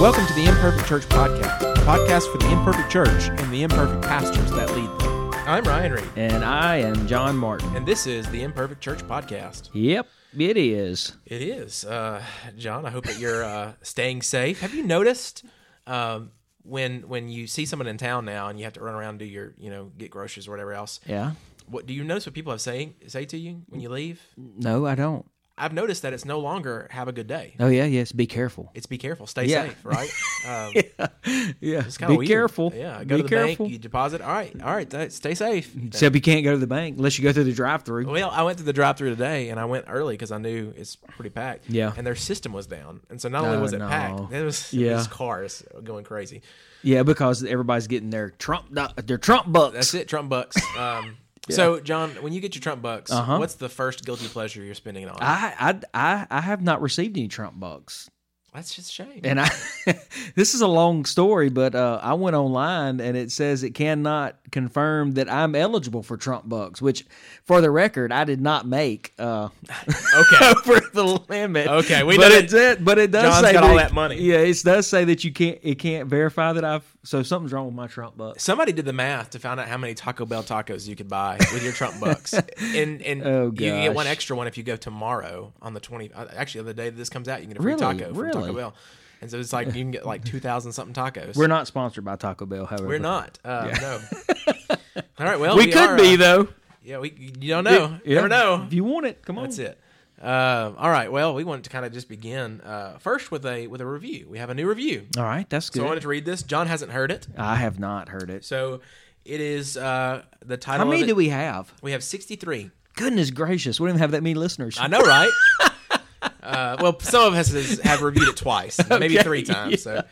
Welcome to the Imperfect Church Podcast, a podcast for the imperfect church and the imperfect pastors that lead them. I'm Ryan Reed, And I am John Martin. and this is the Imperfect Church Podcast. Yep, it is. It is. Uh, John, I hope that you're uh, staying safe. Have you noticed um, when when you see someone in town now and you have to run around and do your, you know, get groceries or whatever else? Yeah. What do you notice what people have saying say to you when you leave? No, I don't. I've noticed that it's no longer have a good day. Oh yeah, yes. Be careful. It's be careful, stay Yeah. safe, right? Um, it's Yeah. Be kinda weird. careful. Yeah, be go to the careful. bank, you deposit. All right, all right, th- stay safe. Except you can't go to the bank unless you go through the drive-through. Well, I went to the drive-through today, and I went early because I knew it's pretty packed. Yeah. and their system was down, and so not only Oh, was it no. packed, there was Yeah. there was cars going crazy. Yeah, because everybody's getting their Trump do- their Trump bucks. That's it, Trump bucks. Um, So, John, when you get your Trump bucks, what's the first guilty pleasure you're spending it on? Uh-huh. I, I I I have not received any Trump bucks, That's just a shame. and I this is a long story, but uh, I went online and it says it cannot confirm that I'm eligible for Trump bucks, which, for the record, I did not make. Uh, okay, over the limit. Okay, we but did it. it's it. But it does John's say got all it- that money. Yeah, it does say that you can't. It can't verify that I've. So something's wrong with my Trump bucks. somebody did the math to find out how many Taco Bell tacos you could buy with your Trump bucks, and and Oh, you can get one gosh. extra one if you go tomorrow on the twenty. uh, Actually, the day that this comes out, you can get a free Really? taco from Taco Really? Bell, and so it's like you can get like two thousand something tacos. We're not sponsored by Taco Bell, however. We're not. Uh, No. All right. Well, We, could are, be uh, though. yeah. We you don't know. You Yeah. Never know. If you want it, come on. That's it. Um, all right. Well, we wanted to kind of just begin uh, first with a with a review. We have a new review, All right, that's good. so I wanted to read this. John hasn't heard it, I have not heard it. so it is uh, the title. How many of it- do we have? We have sixty three. Goodness gracious, we don't even have that many listeners. I know, right? uh, well, some of us has, have reviewed it twice, maybe Okay, three times. So,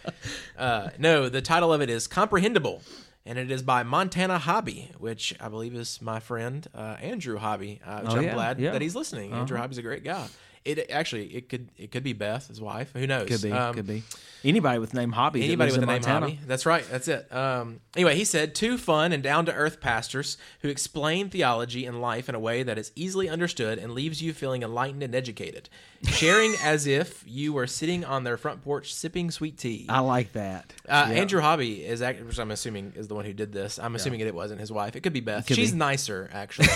uh, no, the title of it is comprehensible, and it is by Montana Hobby, which I believe is my friend uh, Andrew Hobby. Uh, which I'm Oh, yeah, glad yeah. Uh-huh. that he's listening. Andrew Hobby's a great guy. It actually, it could, it could be Beth, his wife. Who knows? could be. Um, could be. Anybody with name hobby. that Anybody lives with a in name Montana. hobby. That's right. That's it. Um, anyway, he said two fun and down to earth pastors who explain theology and life in a way that is easily understood and leaves you feeling enlightened and educated, sharing as if you were sitting on their front porch sipping sweet tea. I like that. Uh, Andrew Hobby is, act- which I'm assuming is the one who did this. I'm assuming it wasn't his wife. It could be Beth. She's nicer, actually.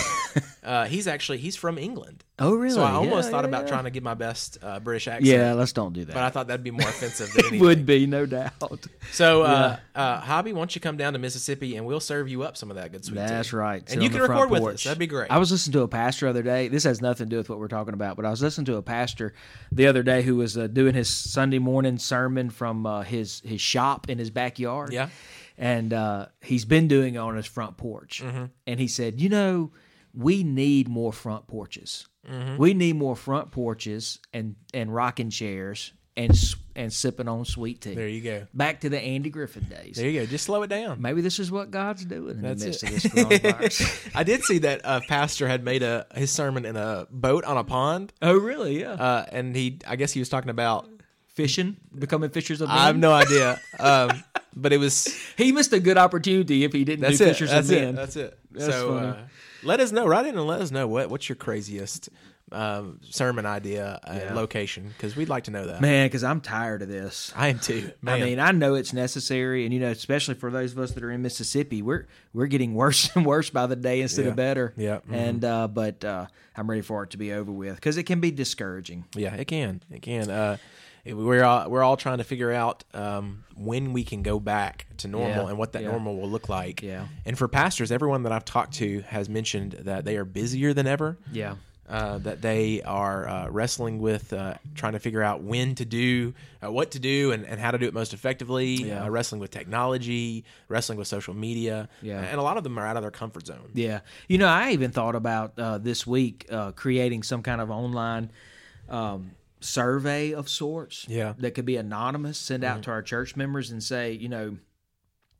uh, he's actually he's from England. Oh, really? So I Yeah, almost thought yeah, about yeah. trying to give my best uh, British accent. yeah, let's don't do that. But I thought that'd be more offensive than anything. Would be no doubt. So, uh, uh, Hobby, why don't you come down to Mississippi and we'll serve you up some of that good sweet tea. That's right. Sit And you on can the front record with porch. us. That'd be great. I was listening to a pastor the other day. This has nothing to do with what we're talking about, but I was listening to a pastor the other day who was uh, doing his Sunday morning sermon from uh, his his shop in his backyard. Yeah. and uh, he's been doing it on his front porch. Mm-hmm. And he said, you know, we need more front porches. Mm-hmm. We need more front porches and and rocking chairs and s- and sipping on sweet tea. there you go. Back to the Andy Griffin days. There you go. Just slow it down. Maybe this is what God's doing in That's the midst it. of this coronavirus. I did see that a pastor had made a his sermon in a boat on a pond, oh, really? Yeah. uh, and he I guess he was talking about fishing, becoming fishers of men. I have no idea, um, but it was he missed a good opportunity if he didn't that's do it. fishers That's of it. men. That's it. That's so funny. uh, let us know. Write in and let us know what what's your craziest um, sermon idea uh, location because we'd like to know that. Man, because I'm tired of this. I am too. Man. I mean, I know it's necessary, and you know, especially for those of us that are in Mississippi, we're we're getting worse and worse by the day instead Yeah. of better. Yeah. Mhm. And uh, but uh, I'm ready for it to be over with because it can be discouraging. Yeah, it can. It can. Uh, it- we're all, we're all trying to figure out um, when we can go back to normal Yeah, and what that yeah. normal will look like. Yeah. And for pastors, everyone that I've talked to has mentioned that they are busier than ever. Yeah. Uh, that they are uh, wrestling with uh, trying to figure out when to do, uh, what to do, and, and how to do it most effectively. Uh, wrestling with technology, wrestling with social media. Yeah. And a lot of them are out of their comfort zone. Yeah, you know, I even thought about uh, this week uh, creating some kind of online um, survey of sorts. Yeah. Mm-hmm. that could be anonymous, send out to our church members and say, you know,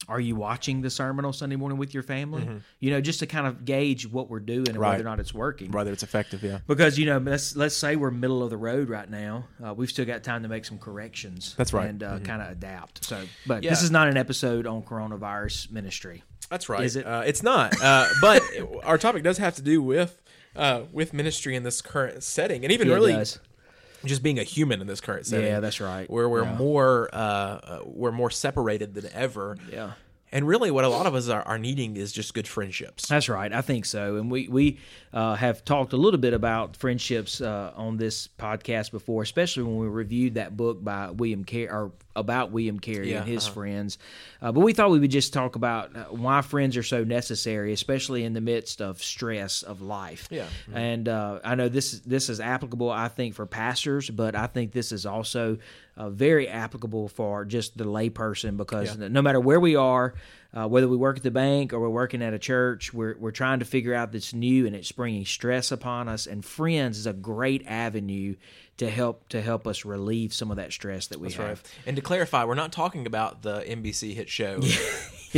are you watching the sermon on Sunday morning with your family? You know, just to kind of gauge what we're doing and Mm-hmm. Right. whether or not it's working. Whether it's effective, yeah. Because you know, let's let's say we're middle of the road right now. Uh, we've still got time to make some corrections. That's right. Mm-hmm. and uh, kind of adapt. So, but Yeah. this is not an episode on coronavirus ministry. That's right. Is it? Uh, it's not. Uh, but our topic does have to do with uh, with ministry in this current setting, and even Yeah, really guys. just being a human in this current setting. Yeah, that's right. Where we're more uh, uh, we're more separated than ever. Yeah. And really, what a lot of us are, are needing is just good friendships. That's right. I think so. And we we uh, have talked a little bit about friendships uh, on this podcast before, especially when we reviewed that book by William Carey or about William Carey Yeah, and his friends. Uh, but we thought we would just talk about uh, why friends are so necessary, especially in the midst of stress of life. Yeah. Mm-hmm. And uh, I know this this is applicable, I think, for pastors, but I think this is also uh, very applicable for just the layperson because no matter where we are, uh, whether we work at the bank or we're working at a church, we're we're trying to figure out that's new and it's bringing stress upon us. And friends is a great avenue to help to help us relieve some of that stress that we have. And to clarify, we're not talking about the NBC hit show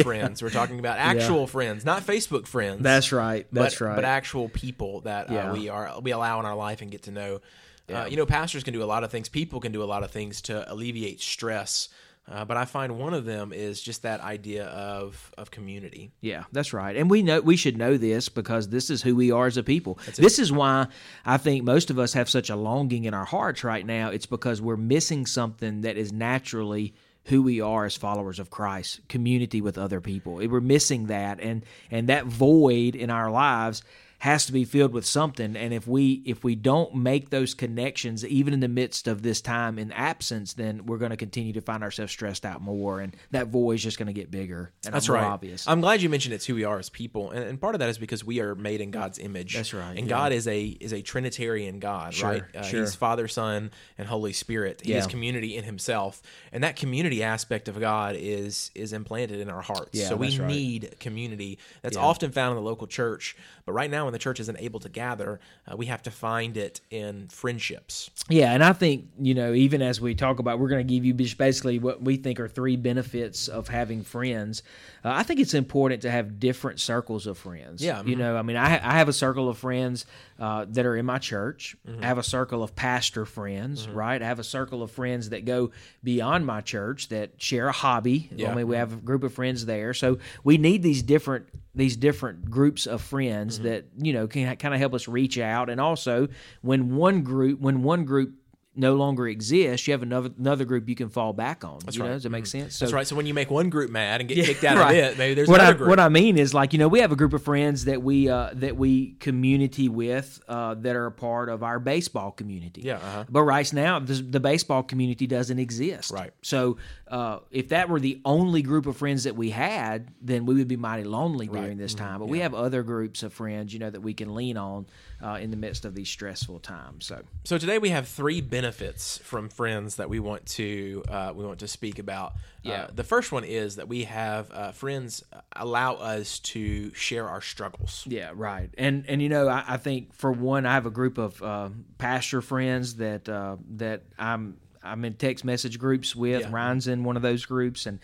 friends. We're talking about actual friends, not Facebook friends. That's right. That's but, right. But actual people that Yeah. uh, we are we allow in our life and get to know. Uh, you know, pastors can do a lot of things. People can do a lot of things to alleviate stress. Uh, but I find one of them is just that idea of of community. Yeah, that's right. And we know we should know this because this is who we are as a people. this is why I think most of us have such a longing in our hearts right now. It's because we're missing something that is naturally who we are as followers of Christ, community with other people. We're missing that and and that void in our lives has to be filled with something and if we if we don't make those connections even in the midst of this time in absence then we're going to continue to find ourselves stressed out more and that void is just going to get bigger and That's more right. obvious I'm glad you mentioned it's who we are as people, and, and part of that is because we are made in God's image. That's right, And yeah. God is a is a Trinitarian God, Sure, right? Uh, sure. He's Father, Son, and Holy Spirit. He is Yeah. community in Himself, and that community aspect of God is is implanted in our hearts. Yeah, so we that's right. need community. That's often found in the local church, but right now when the church isn't able to gather, uh, we have to find it in friendships. Yeah, and I think you know, even as we talk about, we're going to give you just basically what we think are three benefits of having friends. Uh, I think it's important to have different circles of friends. Yeah, mm-hmm. you know, I mean, I, I have a circle of friends uh, that are in my church. Mm-hmm. I have a circle of pastor friends, right? I have a circle of friends that go beyond my church that share a hobby. Yeah. mm-hmm. I mean, we have a group of friends there, so we need these different these different groups of friends that you know can kind of help us reach out, and also when one group when one group no longer exists, you have another another group you can fall back on. you know, does it make sense? So, That's right. So when you make one group mad and get kicked out right. of it, maybe there's what another I, group. What I mean is like you know we have a group of friends that we uh, that we community with uh, that are a part of our baseball community. Yeah, uh-huh. But right now the, the baseball community doesn't exist. Right. So uh, if that were the only group of friends that we had, then we would be mighty lonely during this Mm-hmm. time. But we have other groups of friends you know that we can lean on uh, in the midst of these stressful times. So So today we have three benefits from friends that we want to uh, we want to speak about. Yeah. Uh, the first one is that we have uh, friends allow us to share our struggles. Yeah, right. And and you know, I, I think for one, I have a group of uh, pastor friends that uh, that I'm I'm in text message groups with. Yeah. Ryan's in one of those groups, and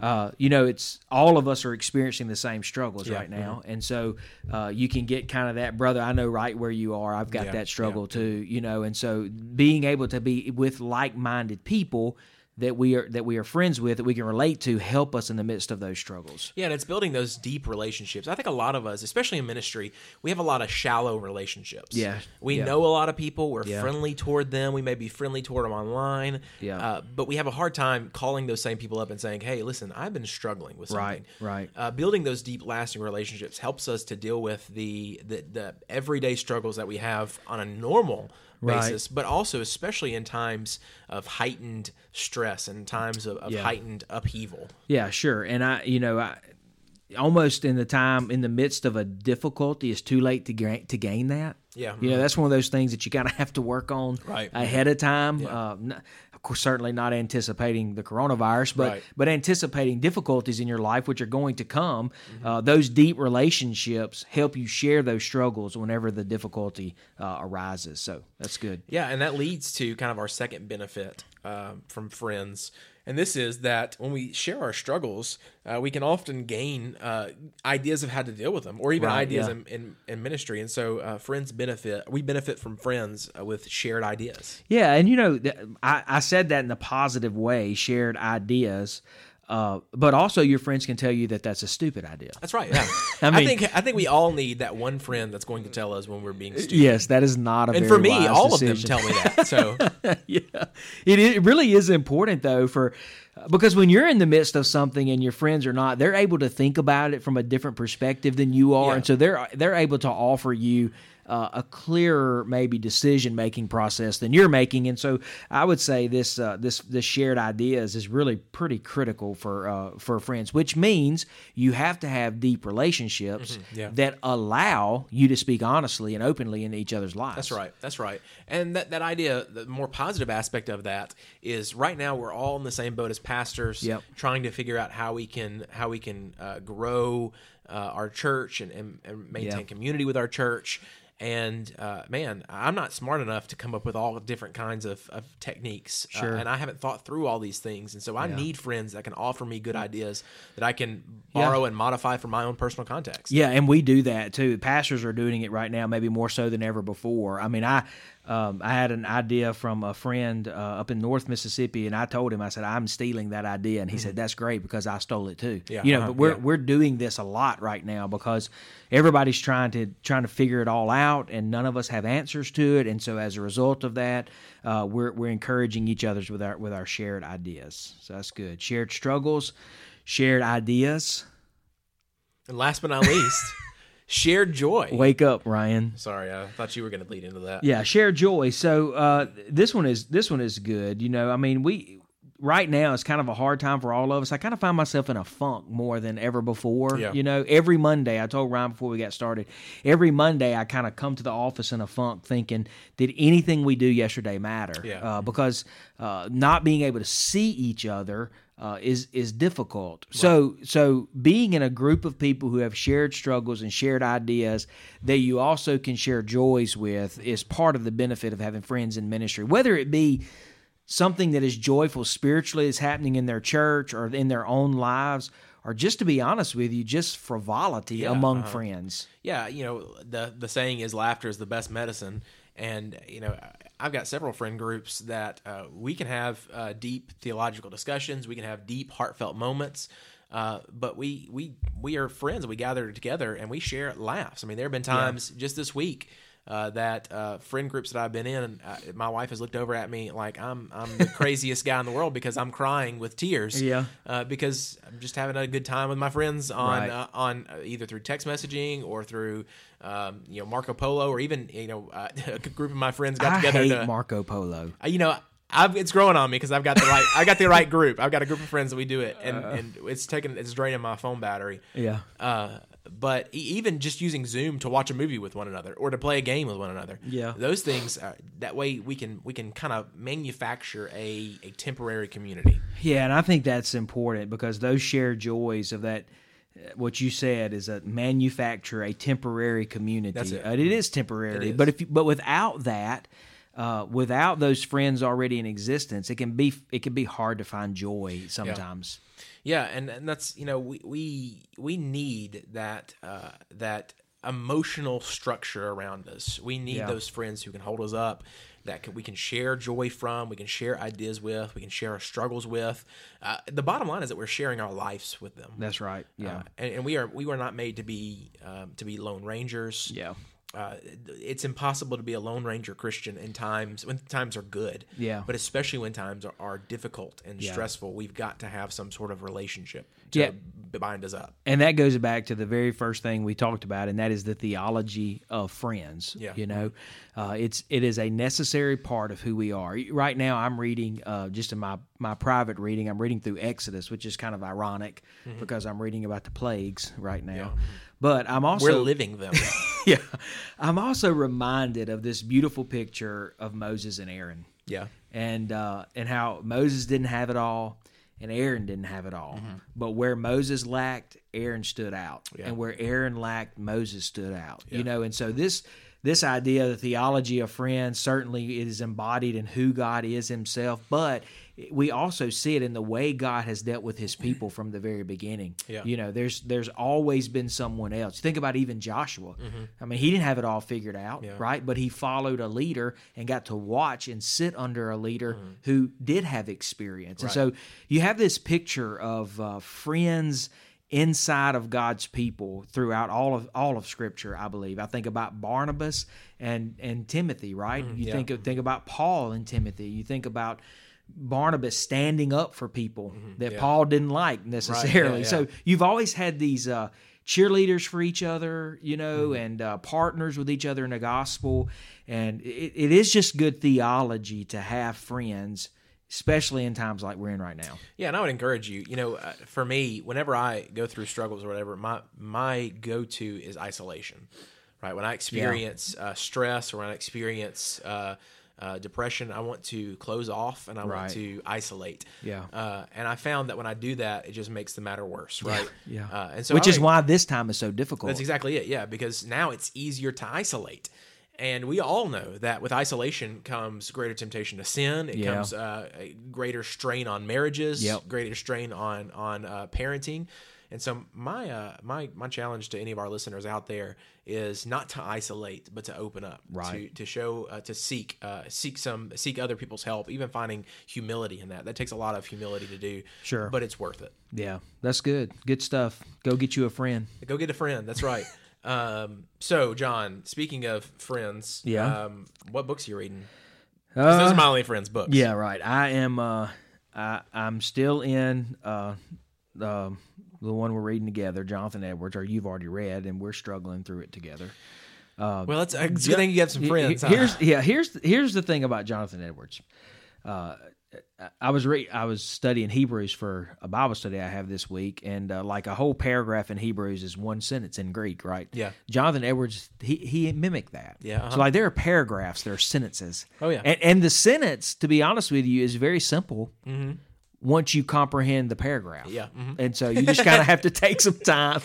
uh, you know, it's all of us are experiencing the same struggles right now, and so uh, you can get kind of that brother. I know right where you are. I've got Yeah, that struggle too, you know, and so being able to be with like minded people. That we are that we are friends with that we can relate to help us in the midst of those struggles. Yeah, and it's building those deep relationships. I think a lot of us, especially in ministry, we have a lot of shallow relationships. Yeah. We Yeah. know a lot of people. We're friendly toward them. We may be friendly toward them online. Yeah. Uh, but we have a hard time calling those same people up and saying, hey, listen, I've been struggling with something. Right, right. Uh, building those deep, lasting relationships helps us to deal with the, the, the everyday struggles that we have on a normal Right. basis, but also, especially in times of heightened stress and times of, of Yeah. heightened upheaval. Yeah, sure. And I, you know, I almost in the time in the midst of a difficulty, it's too late to gain to gain that. Yeah. you know, that's one of those things that you kind of have to work on Right. ahead of time. Uh, n- of course, certainly not anticipating the coronavirus, but Right. but anticipating difficulties in your life which are going to come. Mm-hmm. Uh, those deep relationships help you share those struggles whenever the difficulty uh, arises. So that's good. Yeah, and that leads to kind of our second benefit um, from friends, and this is that when we share our struggles, uh, we can often gain uh, ideas of how to deal with them, or even Right, ideas yeah. in, in, in ministry. And so, uh, friends benefit. We benefit from friends uh, with shared ideas. Yeah, and you know, th- I, I said that in a positive way, shared ideas. Uh, but also, your friends can tell you that that's a stupid idea. That's right. Yeah. I, I mean- think I think we all need that one friend that's going to tell us when we're being stupid. Yes, that is not a. and Uh, very for me, wise all of decision. them tell me that. So yeah, it, it really is important though for because when you're in the midst of something and your friends are not, they're able to think about it from a different perspective than you are, Yeah. and so they're they're able to offer you. Uh, a clearer maybe decision making process than you're making, and so I would say this uh, this this shared ideas is really pretty critical for uh, for friends, which means you have to have deep relationships Mm-hmm. yeah. that allow you to speak honestly and openly in each other's lives. That's right. That's right. And that, that idea, the more positive aspect of that is right now we're all in the same boat as pastors, Yep. trying to figure out how we can how we can uh, grow uh, our church and, and, and maintain Yeah. community with our church. And uh, man, I'm not smart enough to come up with all different kinds of, of techniques. Uh, Sure. and I haven't thought through all these things. And so I need friends that can offer me Mm. good ideas that I can borrow and modify for my own personal context. Yeah, and we do that too. Pastors are doing it right now, maybe more so than ever before. I mean, I um, I had an idea from a friend uh, up in North Mississippi, and I told him, I said, I'm stealing that idea, and he said, That's great because I stole it too. Mm-hmm. Yeah, you know, uh-huh, but we're yeah. we're doing this a lot right now because everybody's trying to trying to figure it all out, and none of us have answers to it, and so as a result of that, uh, we're we're encouraging each other's with our with our shared ideas. So that's good. Shared struggles, shared ideas. And last but not least, shared joy. Wake up, Ryan. Sorry, I thought you were going to lead into that. Yeah, share joy. So uh, this one is this one is good. You know, I mean, we right now it's kind of a hard time for all of us. I kind of find myself in a funk more than ever before. Yeah. You know, every Monday I told Ryan before we got started. Every Monday I kind of come to the office in a funk, thinking, did anything we do yesterday matter? Yeah. Uh, because uh, not being able to see each other. Uh, is is difficult. So so being in a group of people who have shared struggles and shared ideas that you also can share joys with is part of the benefit of having friends in ministry. Whether it be something that is joyful spiritually is happening in their church or in their own lives, or just to be honest with you, just frivolity among uh-huh. friends. yeah, you know, the the saying is laughter is the best medicine, and you know, I've got several friend groups that uh, we can have uh, deep theological discussions, we can have deep heartfelt moments. Uh, but we we we are friends. We gather together and we share laughs. I mean, there have been times just this week uh, that uh, friend groups that I've been in, uh, my wife has looked over at me like I'm I'm the craziest guy in the world because I'm crying with tears. Yeah. uh, because I'm just having a good time with my friends on Right. uh, on uh, either through text messaging or through um, you know Marco Polo or even you know uh, a group of my friends got I together. hate to, Marco Polo. uh, you know, I've, it's growing on me because I've got the right I got the right group. I've got a group of friends that we do it, and and it's taking it's draining my phone battery. Uh. Yeah. Uh, but e- even just using Zoom to watch a movie with one another or to play a game with one another, Yeah. those things. Are, that way, we can we can kind of manufacture a a temporary community. Yeah, and I think that's important because those shared joys of that, uh, what you said is that manufacture a temporary community. That's it. And it is temporary, It is. but if you, but without that, uh, without those friends already in existence, it can be it can be hard to find joy sometimes. Yeah, and, and that's you know we we we need that uh, that emotional structure around us. We need Yeah. those friends who can hold us up, that can, we can share joy from, we can share ideas with, we can share our struggles with. Uh, the bottom line is that we're sharing our lives with them. That's right. Yeah. Uh, and, and we are we were not made to be um, to be lone rangers. yeah. Uh, it's impossible to be a lone ranger Christian in times when times are good. Yeah. But especially when times are, are difficult and stressful, we've got to have some sort of relationship to Yeah. b- bind us up. and that goes back to the very first thing we talked about and that is the theology of friends Yeah. you know uh, it's it is a necessary part of who we are right now i'm reading uh, just in my my private reading i'm reading through exodus which is kind of ironic Mm-hmm. because i'm reading about the plagues right now but i'm also We're living them. yeah i'm also reminded of this beautiful picture of moses and aaron yeah. and uh, and how Moses didn't have it all, and Aaron didn't have it all. But where Moses lacked, Aaron stood out, and where Aaron lacked, Moses stood out. You know, and so this this idea of the theology of friends certainly is embodied in who God is himself, but we also see it in the way God has dealt with his people from the very beginning. Yeah. You know, there's there's always been someone else. Think about even Joshua. I mean, he didn't have it all figured out, right? But he followed a leader and got to watch and sit under a leader who did have experience. And so you have this picture of uh, friends inside of God's people throughout all of all of Scripture. I believe. I think about Barnabas and and Timothy. Right? you think of, think about Paul and Timothy. You think about Barnabas standing up for people that Paul didn't like necessarily. Mm-hmm. So yeah. you've always had these uh, cheerleaders for each other, you know, Mm-hmm. and uh, partners with each other in the gospel. And it, it is just good theology to have friends, especially in times like we're in right now. Yeah, and I would encourage you. You know, uh, for me, whenever I go through struggles or whatever, my my go to is isolation. Right when I experience uh, stress or when I experience uh, uh, depression, I want to close off and I Right. want to isolate. Yeah. uh, and I found that when I do that, it just makes the matter worse. Right. Yeah. Uh, and so Which I is would- why this time is so difficult. that's exactly it. Yeah, because now it's easier to isolate. And we all know that with isolation comes greater temptation to sin. It Yeah. comes uh, a greater strain on marriages, Yep. greater strain on on uh, parenting. And so my uh, my my challenge to any of our listeners out there is not to isolate, but to open up, Right. To, to show, uh, to seek, uh, seek some, seek other people's help. Even finding humility in that that takes a lot of humility to do. Sure. but it's worth it. yeah, that's good. Good stuff. Go get you a friend. Go get a friend. That's right. um, so, John, speaking of friends, Yeah. um, what books are you reading? 'Cause Uh, those are my only friends' books. Yeah, right. I am. Uh, I I'm still in uh, um the one we're reading together, Jonathan Edwards, or you've already read, and we're struggling through it together. Well, it's, it's a good thing you have some friends. huh? Here's yeah. Here's here's the thing about Jonathan Edwards. Uh, I was re- I was studying Hebrews for a Bible study I have this week, and uh, like a whole paragraph in Hebrews is one sentence in Greek, right? Yeah. Jonathan Edwards he he mimicked that. Yeah, uh-huh. So like there are paragraphs, there are sentences. Oh, yeah. And and the sentence, to be honest with you, is very simple. Once you comprehend the paragraph, Mm-hmm. Yeah, mhm. and so you just kind of have to take some time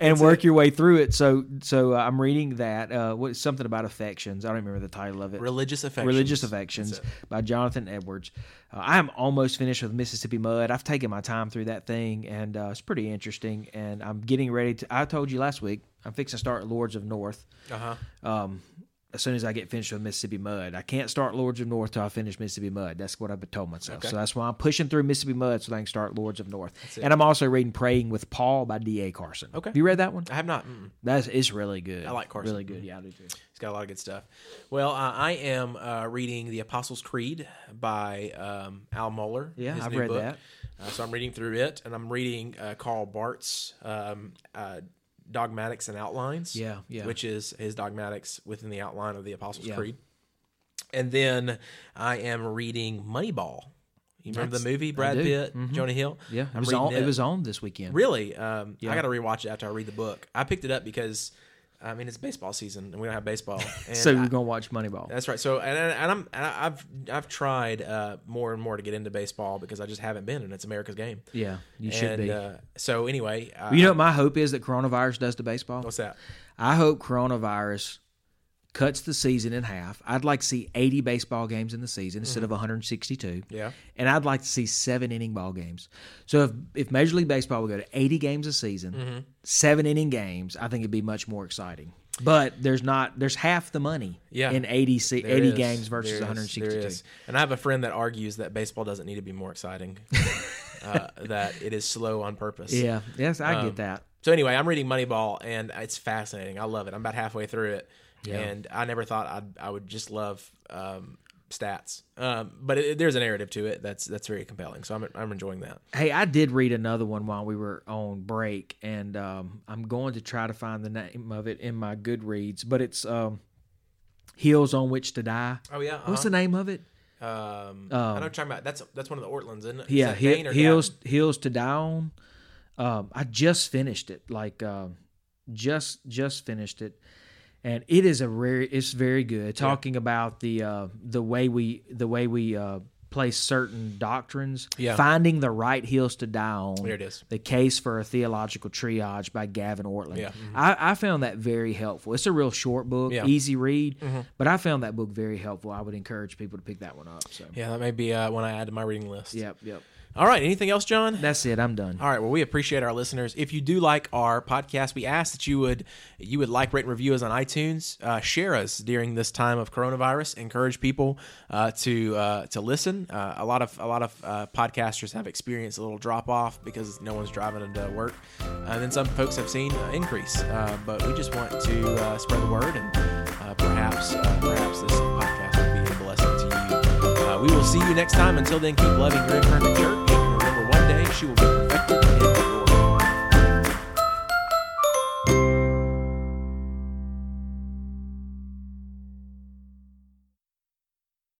and work your way through Mm-hmm. it. So, so uh, I'm reading that uh, what something about affections. I don't remember the title of it. religious affection. Religious Affections by Jonathan Edwards. Uh, I am almost finished with Mississippi Mud. I've taken my time through that thing, and uh, it's pretty interesting. And I'm getting ready to. I told you last week I'm fixing to start Lords of North. Uh huh. Um, as soon as I get finished with Mississippi Mud, I can't start Lords of North till I finish Mississippi Mud. That's what I've told myself. So that's why I'm pushing through Mississippi Mud so that I can start Lords of North. And I'm also reading Praying with Paul by D.A. Carson. Okay. Have you read that one? I have not. Mm, That's it's really good. I like Carson. Really good. Yeah, I do too. it's got a lot of good stuff. Well, uh, I am uh, reading the Apostles' Creed by um, Al Mohler. Yeah, his I've new read book. that. Uh, so I'm reading through it, and I'm reading uh, Carl Bart's um, uh, Dogmatics and Outlines. Yeah, yeah. Which is his Dogmatics within the outline of the Apostles' Yeah. Creed. And then I am reading Moneyball. You remember the movie Brad do. Mm-hmm. Pitt, Jonah Hill? Yeah, it I'm was reading on. It. was on this weekend. Really? Um, I got to rewatch it after I read the book. I picked it up because, I mean, it's baseball season and we don't have baseball. And So I- you're gonna watch Moneyball. that's right. So and, and I'm and I've I've tried uh, more and more to get into baseball because I just haven't been, and it's America's game. Yeah, you should and, be. Uh, so anyway, uh, you know what my hope is that coronavirus does to baseball? what's that? I hope coronavirus cuts the season in half. I'd like to see 80 baseball games in the season instead of 162. Mm-hmm. Yeah. And I'd like to see seven inning ball games. So if, if Major League Baseball would go to 80 games a season, Mm-hmm. seven inning games, I think it'd be much more exciting. But there's not there's half the money Yeah. in 80 se- There 80 is. games There versus is. 162. There is. And I have a friend that argues that baseball doesn't need to be more exciting, uh, that it is slow on purpose. Yeah, yes, I Um, get that. So anyway, I'm reading Moneyball, and it's fascinating. I love it. I'm about halfway through it, and I never thought I'd I would just love um, stats, um, but it, there's a narrative to it that's that's very compelling. So I'm I'm enjoying that. Hey, I did read another one while we were on break, and um, I'm going to try to find the name of it in my Goodreads. But it's um, "Hills on Which to Die." Oh yeah, What's the name of it? Um, I know what you're talking about. That's that's one of the Ortlands, isn't it? Is Yeah, that Hi- Dane or "Hills Gavin? Hills to Die On." Um, I just finished it, like um, just just finished it, and it is a rare. It's very good. Talking about the uh, the way we the way we uh, place certain doctrines. Yeah. Finding the right hills to die on. There it is. The Case for a Theological Triage by Gavin Ortland. Yeah. I, I found that very helpful. It's a real short book, Yeah. Mm-hmm. easy read, but I found that book very helpful. I would encourage people to pick that one up. So, Yeah, that may be uh, one I add to my reading list. yep, yep. All right. Anything else, John? That's it. I'm done. All right. Well, we appreciate our listeners. If you do like our podcast, we ask that you would you would like, rate, and review us on iTunes. Uh, share us during this time of coronavirus. Encourage people uh, to uh, to listen. Uh, a lot of a lot of uh, podcasters have experienced a little drop off because no one's driving into work, and then some folks have seen uh, increase. Uh, but we just want to uh, spread the word, and uh, perhaps uh, perhaps this podcast will be a blessing to you. Uh, we will see you next time. Until then, keep loving your imperfect church. And remember, one day she will be perfected in